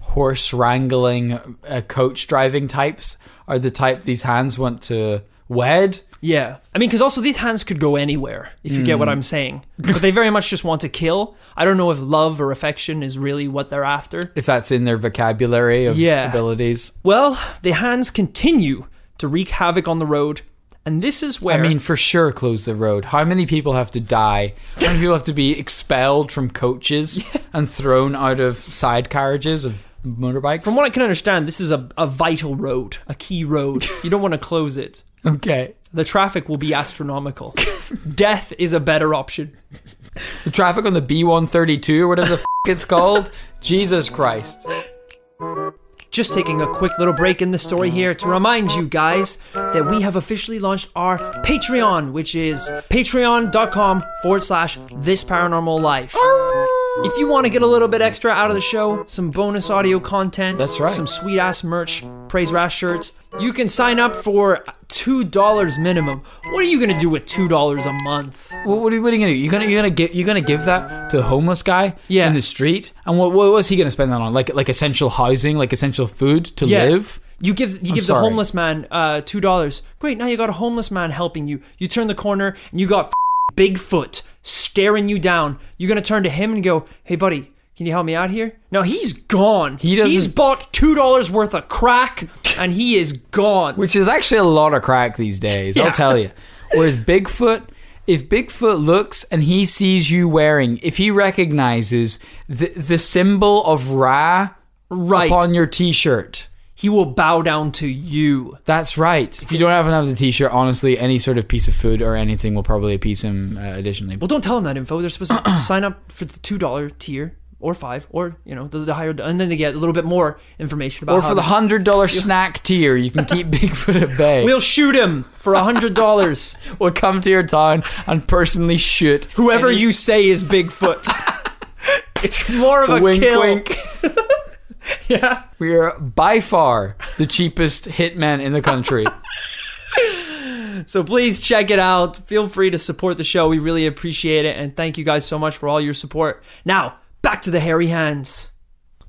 Speaker 2: horse wrangling, uh, coach driving types are the type these hands want to wed.
Speaker 1: Yeah. I mean, because also these hands could go anywhere, if you
Speaker 2: Mm.
Speaker 1: get what I'm saying. But they very much just want to kill. I don't know if love or affection is really what they're after.
Speaker 2: if that's in their vocabulary of
Speaker 1: Yeah.
Speaker 2: abilities.
Speaker 1: Well, the hands continue to wreak havoc on the road, and this is where
Speaker 2: I mean, for sure, close the road. How many people have to die? How many people have to be expelled from coaches and thrown out of side carriages of motorbikes?
Speaker 1: from what I can understand, this is a, a vital road, a key road. You don't want to close it.
Speaker 2: okay.
Speaker 1: The traffic will be astronomical. Death is a better option.
Speaker 2: The traffic on the B132 or whatever the f- it's called. Jesus Christ.
Speaker 1: Just taking a quick little break in the story here to remind you guys that we have officially launched our Patreon, which is patreon.com forward slash this paranormal life. If you want to get a little bit extra out of the show, some bonus audio content,
Speaker 2: That's right.
Speaker 1: some sweet ass merch, praise rash shirts, you can sign up for $2 minimum. What are you going to do with $2 a month?
Speaker 2: What, what, are, you- what are you gonna do? You're gonna you're gonna give you're gonna give that to a homeless guy
Speaker 1: Yeah.
Speaker 2: in the street, and what what was he gonna spend that on? Like like essential housing, like essential food to live.
Speaker 1: You give you give
Speaker 2: sorry.
Speaker 1: the homeless man uh, two dollars. Great, now you got a homeless man helping you. You turn the corner and you got f***ing Bigfoot staring you down. You're gonna turn to him and go, "Hey, buddy, can you help me out here?" No, he's gone.
Speaker 2: He doesn't-
Speaker 1: He's bought two dollars worth of crack and he is gone.
Speaker 2: which is actually a lot of crack these days.
Speaker 1: Yeah.
Speaker 2: I'll tell you. Whereas Bigfoot, if Bigfoot looks and he sees you wearing, if he recognizes the the symbol of Ra
Speaker 1: Right.
Speaker 2: upon your T-shirt,
Speaker 1: he will bow down to you.
Speaker 2: that's right. If you don't have another T-shirt, honestly, any sort of piece of food or anything will probably appease him. Uh, additionally,
Speaker 1: Well, don't tell him that info. They're supposed to sign up for the two dollar tier or five or you know the, the higher, and then they get a little bit more information about.
Speaker 2: or
Speaker 1: how
Speaker 2: for
Speaker 1: to-
Speaker 2: the hundred dollar snack tier, you can keep Bigfoot at bay.
Speaker 1: We'll shoot him for a hundred dollars.
Speaker 2: We'll come to your town and personally shoot
Speaker 1: Whoever
Speaker 2: any-
Speaker 1: you say is Bigfoot. it's more of a
Speaker 2: wink
Speaker 1: kill.
Speaker 2: wink.
Speaker 1: Yeah.
Speaker 2: We are by far the cheapest hitmen in the country.
Speaker 1: So please check it out. Feel free to support the show. We really appreciate it. And thank you guys so much for all your support. Now, back to the hairy hands.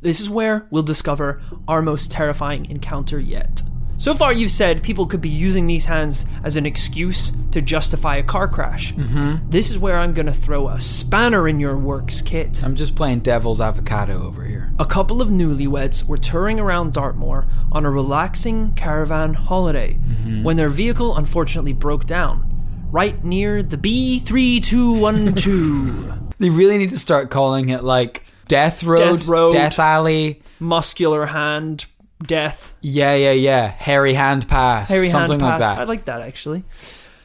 Speaker 1: This is where we'll discover our most terrifying encounter yet. So far, you've said people could be using these hands as an excuse to justify a car crash. Mm-hmm. This is where I'm going to throw a spanner in your works, Kit.
Speaker 2: I'm just playing devil's avocado over here.
Speaker 1: A couple of newlyweds were touring around Dartmoor on a relaxing caravan holiday
Speaker 2: Mm-hmm.
Speaker 1: when their vehicle unfortunately broke down right near the B3212
Speaker 2: They really need to start calling it like Death Road,
Speaker 1: Death Road.
Speaker 2: Death Alley.
Speaker 1: muscular hand death
Speaker 2: Yeah, yeah, yeah. Hairy Hand Pass.
Speaker 1: hairy
Speaker 2: something
Speaker 1: hand
Speaker 2: like
Speaker 1: pass.
Speaker 2: that.
Speaker 1: I like that actually.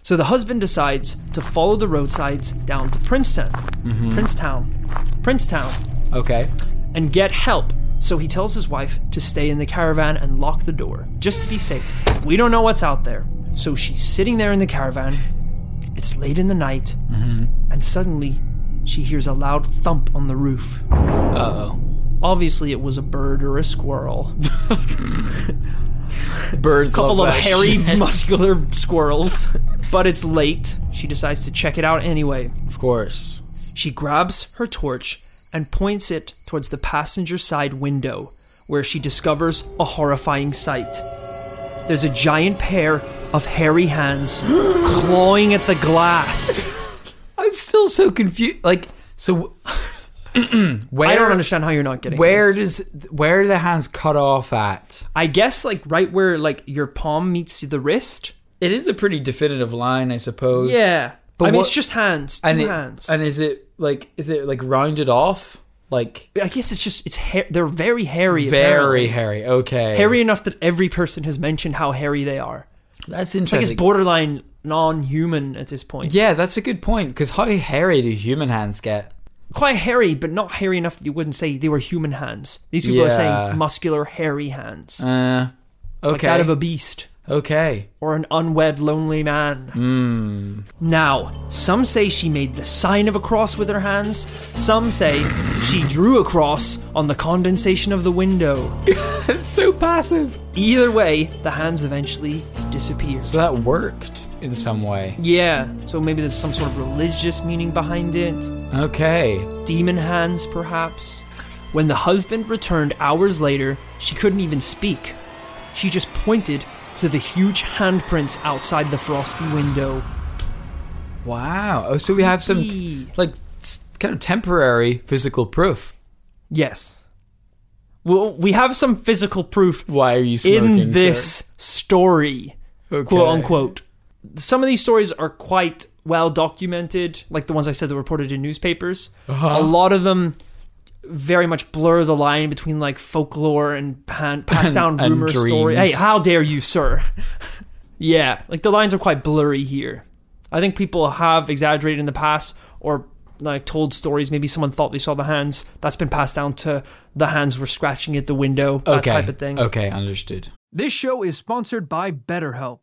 Speaker 1: So the husband decides to follow the roadsides down to Princeton,
Speaker 2: Mm-hmm.
Speaker 1: Princetown, Princetown,
Speaker 2: okay.
Speaker 1: and get help. So he tells his wife to stay in the caravan and lock the door, just to be safe. We don't know what's out there. So she's sitting there in the caravan. It's late in the night, and suddenly she hears a loud thump on the roof.
Speaker 2: Uh oh.
Speaker 1: Obviously, it was a bird or a squirrel.
Speaker 2: Birds
Speaker 1: couple
Speaker 2: love
Speaker 1: of
Speaker 2: that
Speaker 1: hairy,
Speaker 2: shit.
Speaker 1: muscular squirrels. But it's late. She decides to check it out anyway.
Speaker 2: Of course.
Speaker 1: She grabs her torch and points it towards the passenger side window, where she discovers a horrifying sight. There's a giant pair of hairy hands clawing at the glass.
Speaker 2: I'm still so confused. Like, so where
Speaker 1: I don't understand how you're not getting
Speaker 2: Where
Speaker 1: this.
Speaker 2: does where are the hands cut off at?
Speaker 1: I guess like right where like your palm meets the wrist.
Speaker 2: It is a pretty definitive line, I suppose.
Speaker 1: Yeah.
Speaker 2: But
Speaker 1: I mean
Speaker 2: what-
Speaker 1: it's just hands, two
Speaker 2: and it-
Speaker 1: hands.
Speaker 2: And is it like is it like rounded off? Like
Speaker 1: I guess it's just it's hair they're very hairy apparently.
Speaker 2: very hairy. Okay.
Speaker 1: hairy enough that every person has mentioned how hairy they are.
Speaker 2: That's
Speaker 1: Like it's
Speaker 2: interesting.
Speaker 1: borderline non-human at this point.
Speaker 2: yeah, that's a good point. Because how hairy do human hands get?
Speaker 1: quite hairy, but not hairy enough that you wouldn't say they were human hands. These people are
Speaker 2: Yeah.
Speaker 1: saying muscular, hairy hands,
Speaker 2: Uh,
Speaker 1: like
Speaker 2: okay.
Speaker 1: that of a beast
Speaker 2: okay.
Speaker 1: or an unwed, lonely man. Now, some say she made the sign of a cross with her hands. Some say she drew a cross on the condensation of the window.
Speaker 2: It's so passive.
Speaker 1: Either way, the hands eventually disappear.
Speaker 2: So that worked in some way.
Speaker 1: Yeah, so maybe there's some sort of religious meaning behind it.
Speaker 2: Okay.
Speaker 1: demon hands, perhaps. When the husband returned hours later, she couldn't even speak. She just pointed to the huge handprints outside the frosty window.
Speaker 2: Wow. Oh, so we have some
Speaker 1: Creepy.
Speaker 2: like s- kind of temporary physical proof.
Speaker 1: Yes. Well, we have some physical proof
Speaker 2: Why are you smoking?
Speaker 1: in this story,
Speaker 2: Okay.
Speaker 1: quote unquote. Some of these stories are quite well documented, like the ones I said that were reported in newspapers.
Speaker 2: Uh-huh.
Speaker 1: A lot of them very much blur the line between like folklore and pan- passed down
Speaker 2: and
Speaker 1: rumor story. Hey,
Speaker 2: dreams.
Speaker 1: how dare you, sir? yeah, like the lines are quite blurry here. I think people have exaggerated in the past or like told stories. Maybe someone thought they saw the hands. That's been passed down to the hands were scratching at the window. That
Speaker 2: okay.
Speaker 1: type of thing.
Speaker 2: Okay, understood.
Speaker 1: This show is sponsored by BetterHelp.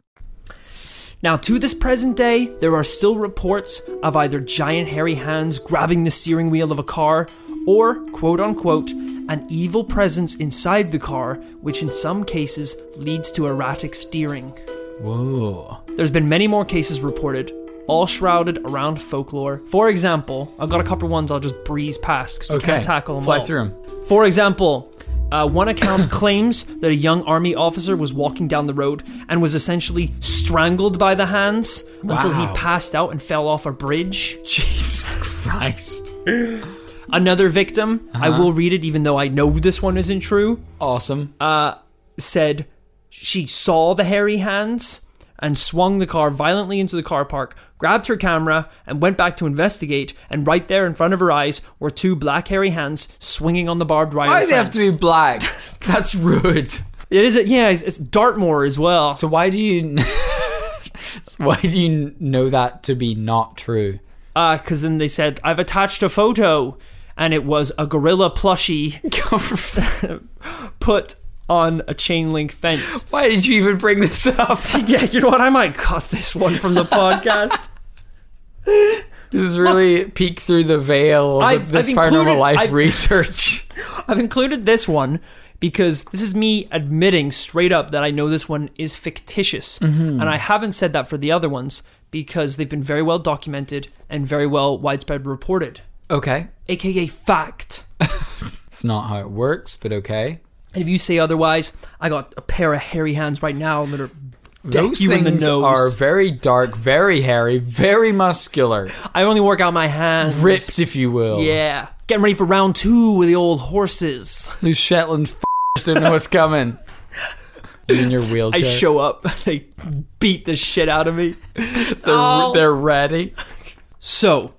Speaker 1: Now, to this present day, there are still reports of either giant hairy hands grabbing the steering wheel of a car or, quote unquote, an evil presence inside the car, which in some cases leads to erratic steering.
Speaker 2: Whoa.
Speaker 1: There's been many more cases reported, all shrouded around folklore. For example, I've got a couple ones I'll just breeze past because we
Speaker 2: Okay.
Speaker 1: can't tackle them
Speaker 2: Fly
Speaker 1: all.
Speaker 2: through 'em.
Speaker 1: For example, Uh, one account claims that a young army officer was walking down the road and was essentially strangled by the hands until he
Speaker 2: Wow.
Speaker 1: passed out and fell off a bridge.
Speaker 3: Jesus Christ.
Speaker 1: Another victim, I
Speaker 2: Uh-huh.
Speaker 1: will read it even though I know this one isn't true,
Speaker 2: Awesome.
Speaker 1: said she saw the hairy hands and swung the car violently into the car park, grabbed her camera, and went back to investigate. And right there in front of her eyes were two black hairy hands swinging on the barbed wire.
Speaker 2: why do they have
Speaker 1: fence.
Speaker 2: to be black? That's rude.
Speaker 1: It is, a, yeah, it's, it's Dartmoor as well.
Speaker 2: So why do you why do you know that to be not true?
Speaker 1: because Uh, then they said I've attached a photo, and it was a gorilla plushie put on a chain link fence.
Speaker 2: Why did you even bring this up?
Speaker 1: yeah, you know what? I might cut this one from the podcast.
Speaker 2: This is really peek through the veil of
Speaker 1: I've-
Speaker 2: this
Speaker 1: I've included-
Speaker 2: paranormal life
Speaker 1: I've-
Speaker 2: research.
Speaker 1: I've included this one because this is me admitting straight up that I know this one is fictitious,
Speaker 2: Mm-hmm.
Speaker 1: and I haven't said that for the other ones because they've been very well documented and very well widespread reported,
Speaker 2: okay.
Speaker 1: aka fact.
Speaker 2: It's not how it works, but okay.
Speaker 1: And if you say otherwise, I got a pair of hairy hands right now that are deck
Speaker 2: Those
Speaker 1: you in
Speaker 2: things
Speaker 1: the nose.
Speaker 2: are very dark, very hairy, very muscular,
Speaker 1: I only work out my hands.
Speaker 2: ripped, if you will.
Speaker 1: Yeah. Getting ready for round two with the old horses.
Speaker 2: These Shetland f***ers don't know what's coming. And in your wheelchair,
Speaker 1: I show up. They beat the shit out of me.
Speaker 2: they're,
Speaker 1: Oh.
Speaker 2: they're ready.
Speaker 1: So,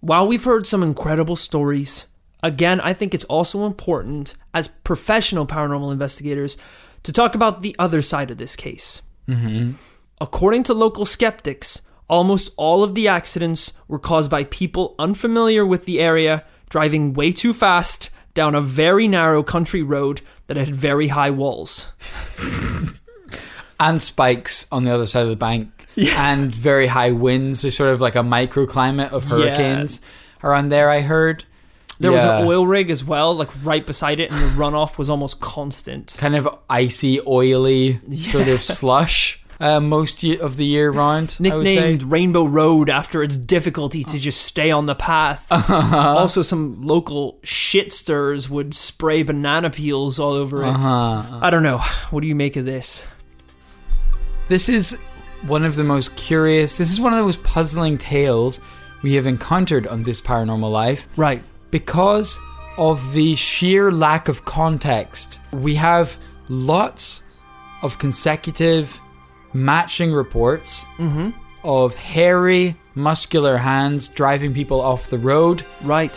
Speaker 1: while we've heard some incredible stories, again, I think it's also important as professional paranormal investigators to talk about the other side of this case. Mm-hmm. According to local skeptics, almost all of the accidents were caused by people unfamiliar with the area driving way too fast down a very narrow country road that had very high walls.
Speaker 2: and spikes on the other side of the bank and very high winds. There's sort of like a microclimate of hurricanes around there, I heard.
Speaker 1: There was
Speaker 2: Yeah.
Speaker 1: an oil rig as well, like right beside it, and the runoff was almost constant.
Speaker 2: Kind of icy, oily sort of slush uh, most ye- of the year round. I would say.
Speaker 1: Nicknamed Rainbow Road after its difficulty to just stay on the path.
Speaker 2: Uh-huh.
Speaker 1: Also, some local shitsters would spray banana peels all over it.
Speaker 2: Uh-huh.
Speaker 1: I don't know. What do you make of this?
Speaker 2: This is one of the most curious, this is one of the most puzzling tales we have encountered on this paranormal life.
Speaker 1: Right.
Speaker 2: because of the sheer lack of context. We have lots of consecutive matching reports
Speaker 1: Mm-hmm.
Speaker 2: of hairy, muscular hands driving people off the road.
Speaker 1: Right.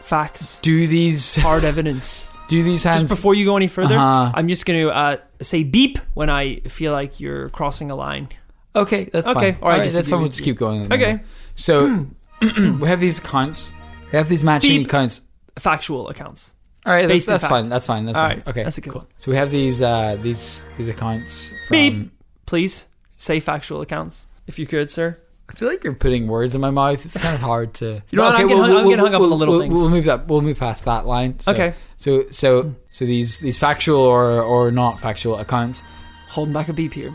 Speaker 1: Facts.
Speaker 2: Do these
Speaker 1: Hard evidence.
Speaker 2: do these
Speaker 1: Just
Speaker 2: hands?
Speaker 1: before you go any further,
Speaker 2: Uh-huh.
Speaker 1: I'm just going to uh, say beep when I feel like you're crossing a line.
Speaker 2: okay, that's
Speaker 1: Okay, all
Speaker 2: fine.
Speaker 1: right,
Speaker 2: All right, that's
Speaker 1: disagree
Speaker 2: fine. We'll
Speaker 1: with
Speaker 2: just
Speaker 1: you.
Speaker 2: keep going.
Speaker 1: Okay.
Speaker 2: So we have these accounts. We have these matching
Speaker 1: Beep.
Speaker 2: accounts.
Speaker 1: Factual accounts.
Speaker 2: All right, that's,
Speaker 1: Based in
Speaker 2: that's
Speaker 1: fact.
Speaker 2: fine. That's fine. That's
Speaker 1: All
Speaker 2: fine.
Speaker 1: right,
Speaker 2: Okay,
Speaker 1: that's a good one.
Speaker 2: So we have these uh, these these accounts. From,
Speaker 1: Beep. Um, Please say factual accounts if you could, sir.
Speaker 2: I feel like you're putting words in my mouth. It's kind of hard to.
Speaker 1: You know what, I'm getting hung- I'm getting hung up on the little
Speaker 2: we'll,
Speaker 1: things.
Speaker 2: We'll move that. We'll move past that line. So,
Speaker 1: Okay.
Speaker 2: So so so these these factual or or not factual accounts.
Speaker 1: holding back a beep here.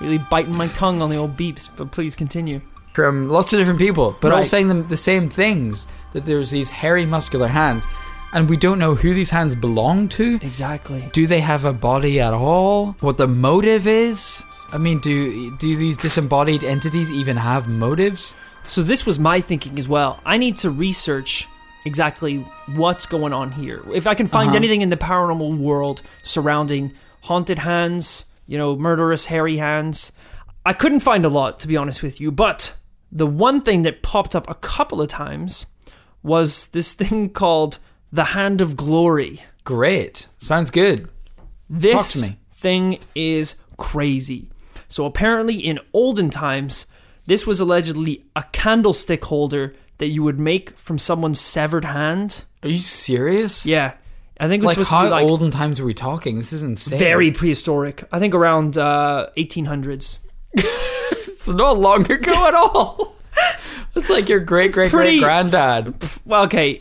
Speaker 1: Really biting my tongue on the old beeps, but please continue.
Speaker 2: from lots of different people, but all
Speaker 1: Right.
Speaker 2: saying them the same things. That there's these hairy, muscular hands, and we don't know who these hands belong to.
Speaker 1: Exactly.
Speaker 2: Do they have a body at all? What the motive is? I mean, do do these disembodied entities even have motives?
Speaker 1: So this was my thinking as well. I need to research exactly what's going on here. If I can find anything in the paranormal world surrounding haunted hands, you know, murderous hairy hands, I couldn't find a lot to be honest with you, but the one thing that popped up a couple of times was this thing called the hand of glory.
Speaker 2: Great, sounds good.
Speaker 1: This
Speaker 2: to me.
Speaker 1: thing is crazy. So apparently, in olden times, this was allegedly a candlestick holder that you would make from someone's severed hand.
Speaker 2: Are you serious?
Speaker 1: Yeah, I think it was
Speaker 2: like
Speaker 1: supposed
Speaker 2: how
Speaker 1: to be like
Speaker 2: olden times are we talking? This is insane.
Speaker 1: very prehistoric. I think around uh, 1800s.
Speaker 2: It's not long ago at all. It's like your great great
Speaker 1: pretty-
Speaker 2: great granddad.
Speaker 1: Well, okay,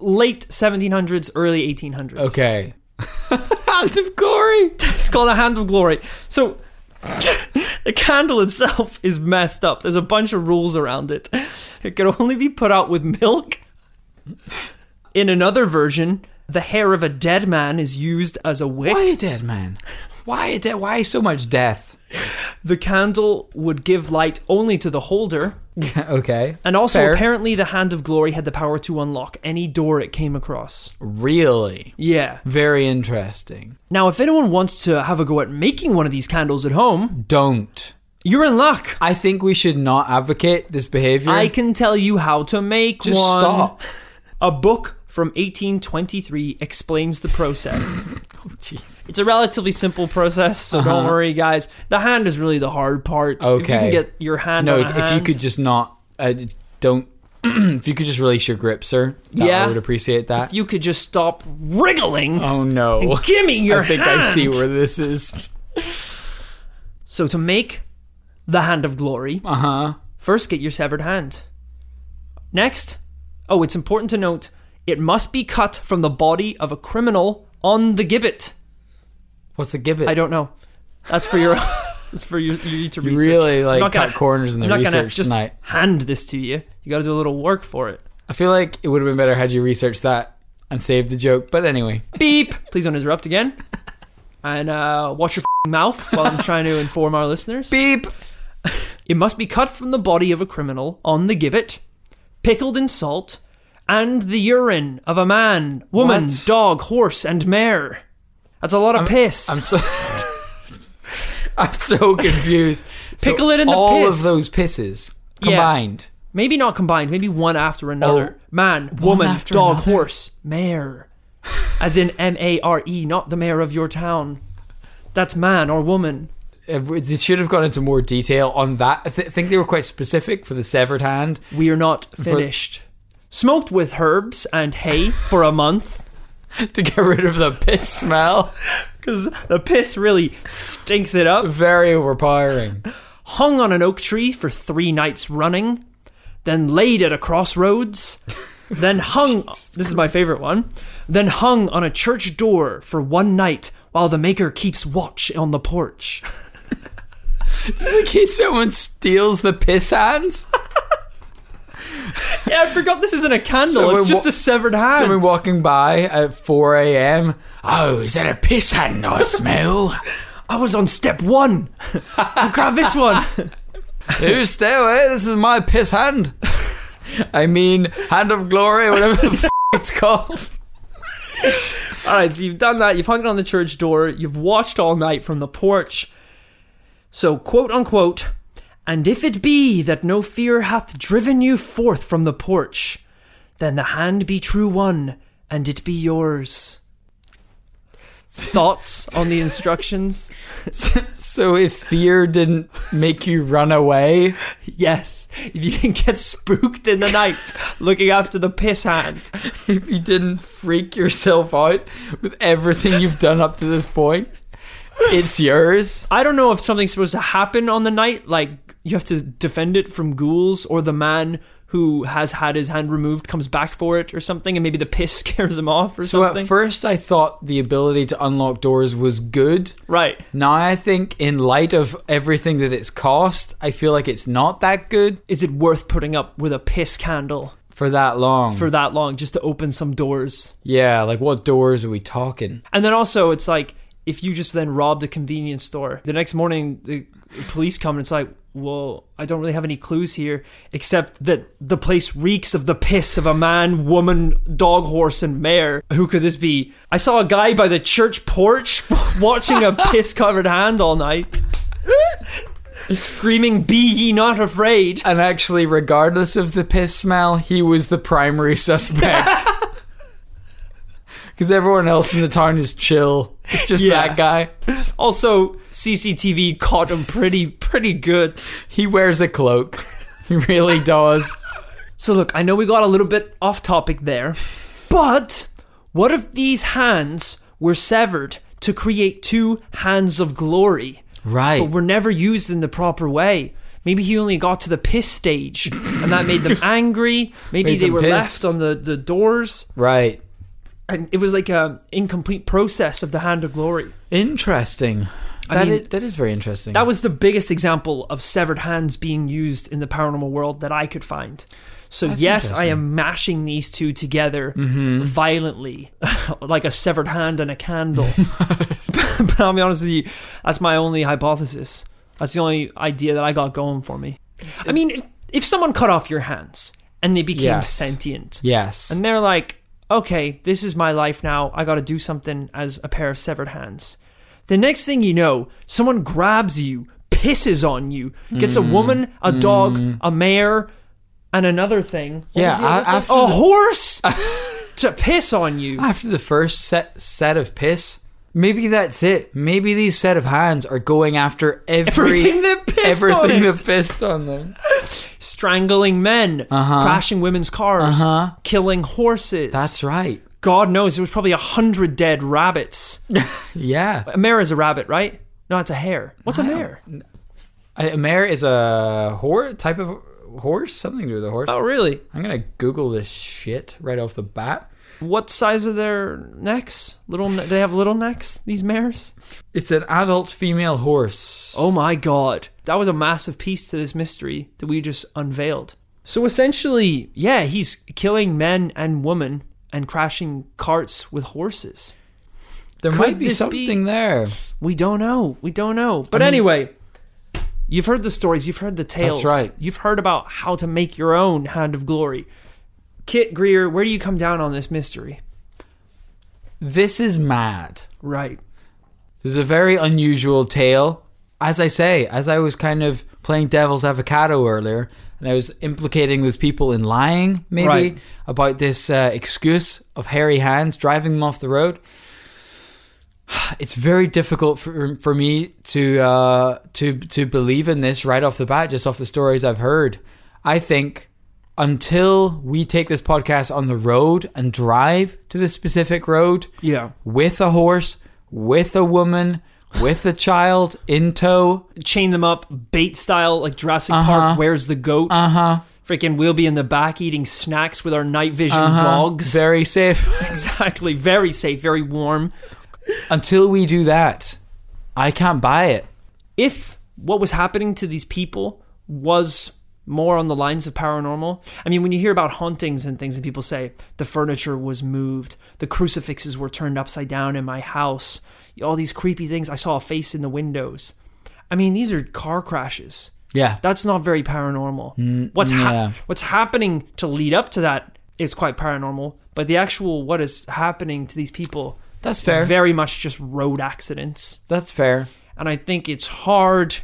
Speaker 1: late 1700s, early 1800s.
Speaker 2: Okay. Hand of glory.
Speaker 1: It's called a hand of glory. So the candle itself is messed up. There's a bunch of rules around it. It can only be put out with milk. In another version, The hair of a dead man is used as a wick.
Speaker 2: Why a dead man? Why a dead? Why so much death?
Speaker 1: The candle would give light only to the holder.
Speaker 2: okay.
Speaker 1: And also,
Speaker 2: Fair.
Speaker 1: apparently, the Hand of Glory had the power to unlock any door it came across.
Speaker 2: really
Speaker 1: Yeah.
Speaker 2: very interesting.
Speaker 1: Now, if anyone wants to have a go at making one of these candles at home,
Speaker 2: Don't.
Speaker 1: you're in luck.
Speaker 2: I think we should not advocate this behavior.
Speaker 1: I can tell you how to make
Speaker 2: just
Speaker 1: one.
Speaker 2: stop.
Speaker 1: A book from 1823 explains the process.
Speaker 2: Jeez.
Speaker 1: it's a relatively simple process, so don't worry, guys. The hand is really the hard part. If you
Speaker 2: Uh-huh. Okay.
Speaker 1: can get your hand
Speaker 2: No,
Speaker 1: on a
Speaker 2: if you
Speaker 1: hand-
Speaker 2: could just not, uh, don't. if you could just release your grip, sir. that
Speaker 1: Yeah.
Speaker 2: I would appreciate that.
Speaker 1: if you could just stop wriggling.
Speaker 2: oh no!
Speaker 1: Give me your
Speaker 2: I think I see
Speaker 1: hand.
Speaker 2: where this is.
Speaker 1: So to make the hand of glory,
Speaker 2: Uh huh.
Speaker 1: first get your severed hand. Next, oh, it's important to note it must be cut from the body of a criminal on the gibbet.
Speaker 2: What's a gibbet?
Speaker 1: I don't know. That's for your. that's for your, you need to
Speaker 2: You
Speaker 1: research.
Speaker 2: really like
Speaker 1: I'm not
Speaker 2: cut
Speaker 1: gonna,
Speaker 2: corners in the
Speaker 1: I'm not gonna
Speaker 2: research
Speaker 1: just
Speaker 2: tonight.
Speaker 1: hand this to you. You got to do a little work for it.
Speaker 2: I feel like it would have been better had you researched that and saved the joke. But anyway,
Speaker 1: Beep. Please don't interrupt again. And uh, watch your f***ing mouth while I'm trying to inform our listeners.
Speaker 2: beep.
Speaker 1: It must be cut from the body of a criminal on the gibbet, pickled in salt, and the urine of a man, woman,
Speaker 2: What?
Speaker 1: dog, horse, and mare. That's a lot of piss.
Speaker 2: I'm so I'm so confused. So
Speaker 1: Pickle it in the
Speaker 2: all
Speaker 1: piss.
Speaker 2: of those pisses
Speaker 1: Yeah.
Speaker 2: combined.
Speaker 1: maybe not combined, maybe one after another. man, woman,
Speaker 2: after
Speaker 1: dog,
Speaker 2: another?
Speaker 1: horse, mare. As in M A R E, not the mayor of your town. That's man or woman.
Speaker 2: Uh, They should have gone into more detail on that. I th- think they were quite specific for the severed hand.
Speaker 1: We are not finished. Smoked with herbs and hay for a month.
Speaker 2: to get rid of the piss smell.
Speaker 1: Because the piss really stinks it up.
Speaker 2: Very overpowering.
Speaker 1: hung on an oak tree for three nights running, then laid at a crossroads, then hung. this is my favorite one. Then hung on a church door for one night while the maker keeps watch on the porch.
Speaker 2: Just in case someone steals the piss hands.
Speaker 1: Yeah, I forgot this isn't a candle.
Speaker 2: Someone
Speaker 1: it's just
Speaker 2: wa-
Speaker 1: a severed hand.
Speaker 2: Someone walking by at 4 a.m. Oh, is that a piss hand I smell?
Speaker 1: I was on step one. I'll grab this one.
Speaker 2: Who's stay away? eh? This is my piss hand. I mean, hand of glory, whatever the f- it's called.
Speaker 1: All right, so you've done that. You've hung it on the church door. You've watched all night from the porch. So, quote unquote, and if it be that no fear hath driven you forth from the porch, then the hand be true one, and it be yours. Thoughts on the instructions?
Speaker 2: So if fear didn't make you run away,
Speaker 1: Yes. If you didn't get spooked in the night looking after the piss hand,
Speaker 2: if you didn't freak yourself out with everything you've done up to this point, it's yours.
Speaker 1: I don't know if something's supposed to happen on the night, like you have to defend it from ghouls, or the man who has had his hand removed comes back for it, or something, and maybe the piss scares him off, or
Speaker 2: So
Speaker 1: something.
Speaker 2: at first I thought the ability to unlock doors was good.
Speaker 1: right.
Speaker 2: Now I think in light of everything that it's cost, I feel like it's not that good
Speaker 1: Is it worth putting up with a piss candle
Speaker 2: for that long.
Speaker 1: for that long just to open some doors?
Speaker 2: yeah, like what doors are we talking?
Speaker 1: And then also, it's like if you just then robbed a convenience store, the next morning the police come and it's like, well, I don't really have any clues here except that the place reeks of the piss of a man, woman, dog, horse, and mare. Who could this be? I saw a guy by the church porch watching a piss covered hand all night. Screaming, be ye not afraid.
Speaker 2: And actually, regardless of the piss smell, he was the primary suspect. Because everyone else in the town is chill. It's just
Speaker 1: Yeah.
Speaker 2: that guy.
Speaker 1: Also, CCTV caught him pretty, pretty good.
Speaker 2: He wears a cloak. He really does.
Speaker 1: So look, I know we got a little bit off topic there, but what if these hands were severed to create two hands of glory,
Speaker 2: Right.
Speaker 1: but were never used in the proper way? Maybe he only got to the piss stage, and that made them angry. Maybe
Speaker 2: Made
Speaker 1: they
Speaker 2: them
Speaker 1: were
Speaker 2: pissed.
Speaker 1: left on the, the doors,
Speaker 2: Right.
Speaker 1: and it was like a incomplete process of the hand of glory.
Speaker 2: Interesting. That,
Speaker 1: mean-
Speaker 2: i- that is very interesting.
Speaker 1: That was the biggest example of severed hands being used in the paranormal world that I could find. So yes, I am mashing these two together
Speaker 2: Mm-hmm.
Speaker 1: violently, like a severed hand and a candle. but I'll be honest with you, that's my only hypothesis. That's the only idea that I got going for me. I mean, if, if someone cut off your hands and they became
Speaker 2: Yes.
Speaker 1: sentient,
Speaker 2: Yes.
Speaker 1: and they're like, okay, this is my life now. I got to do something as a pair of severed hands. The next thing you know, someone grabs you, pisses on you, gets a woman, a dog, a mare, and another thing. What
Speaker 2: Mm. Yeah,
Speaker 1: was the other
Speaker 2: a-
Speaker 1: thing?
Speaker 2: after
Speaker 1: a
Speaker 2: the-
Speaker 1: horse to piss on you.
Speaker 2: After the first set set of piss, maybe that's it. Maybe these set of hands are going after every
Speaker 1: Everything that pissed on
Speaker 2: everything
Speaker 1: it.
Speaker 2: that pissed on them.
Speaker 1: Strangling men, crashing women's cars, killing horses.
Speaker 2: Uh-huh. That's right.
Speaker 1: God knows there was probably a hundred dead rabbits.
Speaker 2: Yeah.
Speaker 1: A mare is a rabbit, right? No, it's a hare. What's a mare?
Speaker 2: A a mare is a horse type of horse, something to do with a horse.
Speaker 1: Oh, really?
Speaker 2: I'm gonna Google this shit right off the bat.
Speaker 1: What size are their necks? Little, ne- they have little necks. These mares.
Speaker 2: It's an adult female horse.
Speaker 1: Oh my god, that was a massive piece to this mystery that we just unveiled. So essentially, yeah, he's killing men and women and crashing carts with horses.
Speaker 2: there
Speaker 1: could
Speaker 2: might be
Speaker 1: this be-
Speaker 2: something there.
Speaker 1: We don't know. We don't know. But anyway, you've heard the stories. You've heard the tales.
Speaker 2: right.
Speaker 1: You've heard about how to make your own hand of glory. Kit Greer, where do you come down on this mystery?
Speaker 2: This is mad.
Speaker 1: Right.
Speaker 2: This is a very unusual tale. As I say, as I was kind of playing devil's avocado earlier, and I was implicating those people in lying, maybe,
Speaker 1: Right.
Speaker 2: about this uh, excuse of hairy hands driving them off the road. It's very difficult for, for me to uh, to to believe in this right off the bat, just off the stories I've heard. I think until we take this podcast on the road and drive to this specific road,
Speaker 1: Yeah.
Speaker 2: with a horse, with a woman, with a child in tow.
Speaker 1: chain them up, bait style, like Jurassic Park. Where's the goat? Uh huh. Freaking, we'll be in the back eating snacks with our night vision goggles.
Speaker 2: Uh-huh. Very safe.
Speaker 1: exactly. Very safe. Very warm.
Speaker 2: Until we do that, I can't buy it.
Speaker 1: If what was happening to these people was more on the lines of paranormal, I mean, when you hear about hauntings and things, and people say the furniture was moved, the crucifixes were turned upside down in my house, all these creepy things. I saw a face in the windows. I mean, these are car crashes.
Speaker 2: Yeah.
Speaker 1: That's not very paranormal. what's
Speaker 2: Mm, yeah.
Speaker 1: ha- what's happening to lead up to that is quite paranormal, but the actual what is happening to these people
Speaker 2: That's
Speaker 1: is
Speaker 2: fair.
Speaker 1: very much just road accidents.
Speaker 2: That's fair.
Speaker 1: And I think it's hard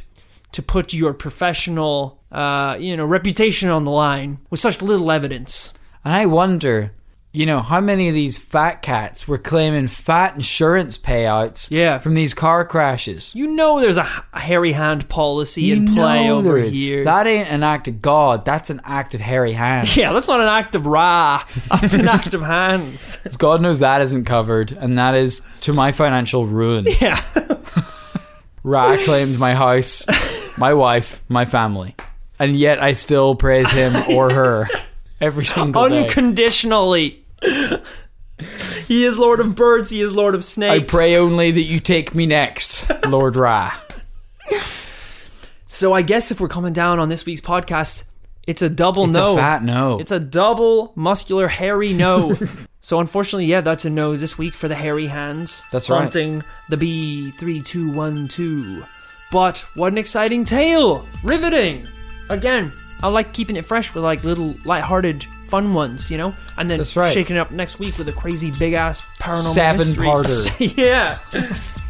Speaker 1: to put your professional uh, you know reputation on the line with such little evidence.
Speaker 2: And I wonder, you know, how many of these fat cats were claiming fat insurance payouts
Speaker 1: Yeah.
Speaker 2: from these car crashes?
Speaker 1: You know there's a, h- a hairy hand policy in
Speaker 2: You
Speaker 1: play
Speaker 2: know
Speaker 1: over
Speaker 2: there is.
Speaker 1: here.
Speaker 2: That ain't an act of God. That's an act of hairy hands.
Speaker 1: yeah, that's not an act of ra. That's an act of hands.
Speaker 2: 'Cause God knows that isn't covered, and that is to my financial ruin.
Speaker 1: Yeah.
Speaker 2: Ra claimed my house, my wife, my family. And yet I still praise him or her every single day.
Speaker 1: unconditionally. he is Lord of Birds. He is Lord of
Speaker 2: I
Speaker 1: Snakes.
Speaker 2: pray only that you take me next, Lord Ra.
Speaker 1: So I guess if we're coming down on this week's podcast, it's a double
Speaker 2: It's
Speaker 1: no.
Speaker 2: a fat no.
Speaker 1: It's a double muscular hairy no. so unfortunately, yeah, that's a no this week for the hairy hands.
Speaker 2: That's right.
Speaker 1: Haunting the B three two one two. But what an exciting tale! Riveting. Again, I like keeping it fresh with like little lighthearted fun ones, you know, and then
Speaker 2: That's right.
Speaker 1: shaking it up next week with a crazy big ass paranormal
Speaker 2: Seven
Speaker 1: mystery.
Speaker 2: parter.
Speaker 1: yeah.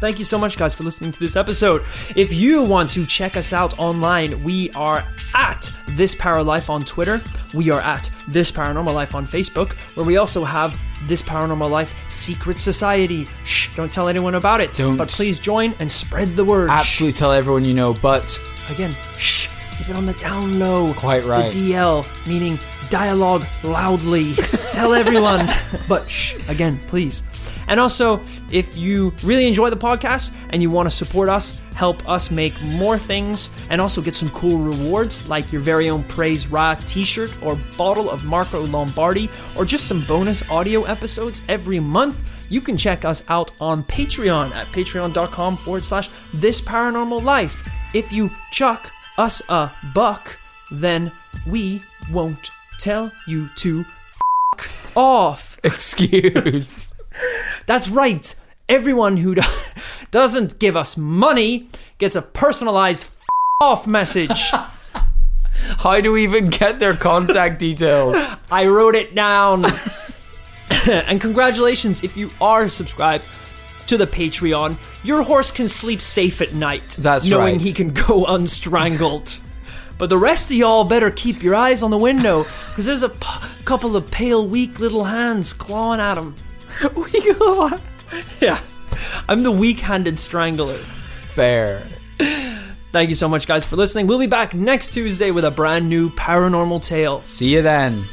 Speaker 1: Thank you so much, guys, for listening to this episode. If you want to check us out online, we are at This Paralife on Twitter. We are at This Paranormal Life on Facebook, where we also have This Paranormal Life Secret Society. Shh, don't tell anyone about it.
Speaker 2: Don't.
Speaker 1: But please join and spread the word.
Speaker 2: Absolutely tell everyone you know, but
Speaker 1: Shh. Again, shh, keep it on the down low.
Speaker 2: Quite right.
Speaker 1: The DL, meaning dialogue loudly. Tell everyone. But shh, again, please. And also, if you really enjoy the podcast and you want to support us, help us make more things, and also get some cool rewards like your very own Praise Ra t shirt or bottle of Marco Lombardi, or just some bonus audio episodes every month, you can check us out on Patreon at patreon.com forward slash this paranormal life. If you chuck us a buck, then we won't tell you to f- off.
Speaker 2: Excuse.
Speaker 1: That's right. Everyone who do- doesn't give us money gets a personalized f- off message.
Speaker 2: How do we even get their contact details?
Speaker 1: I wrote it down. and congratulations if you are subscribed to the Patreon. Your horse can sleep safe at night,
Speaker 2: That's
Speaker 1: knowing
Speaker 2: right.
Speaker 1: he can go unstrangled. but the rest of y'all better keep your eyes on the window, because there's a p- couple of pale, weak little hands clawing at him. yeah, I'm the weak-handed strangler.
Speaker 2: Fair.
Speaker 1: Thank you so much, guys, for listening. We'll be back next Tuesday with a brand new paranormal tale.
Speaker 2: See you then.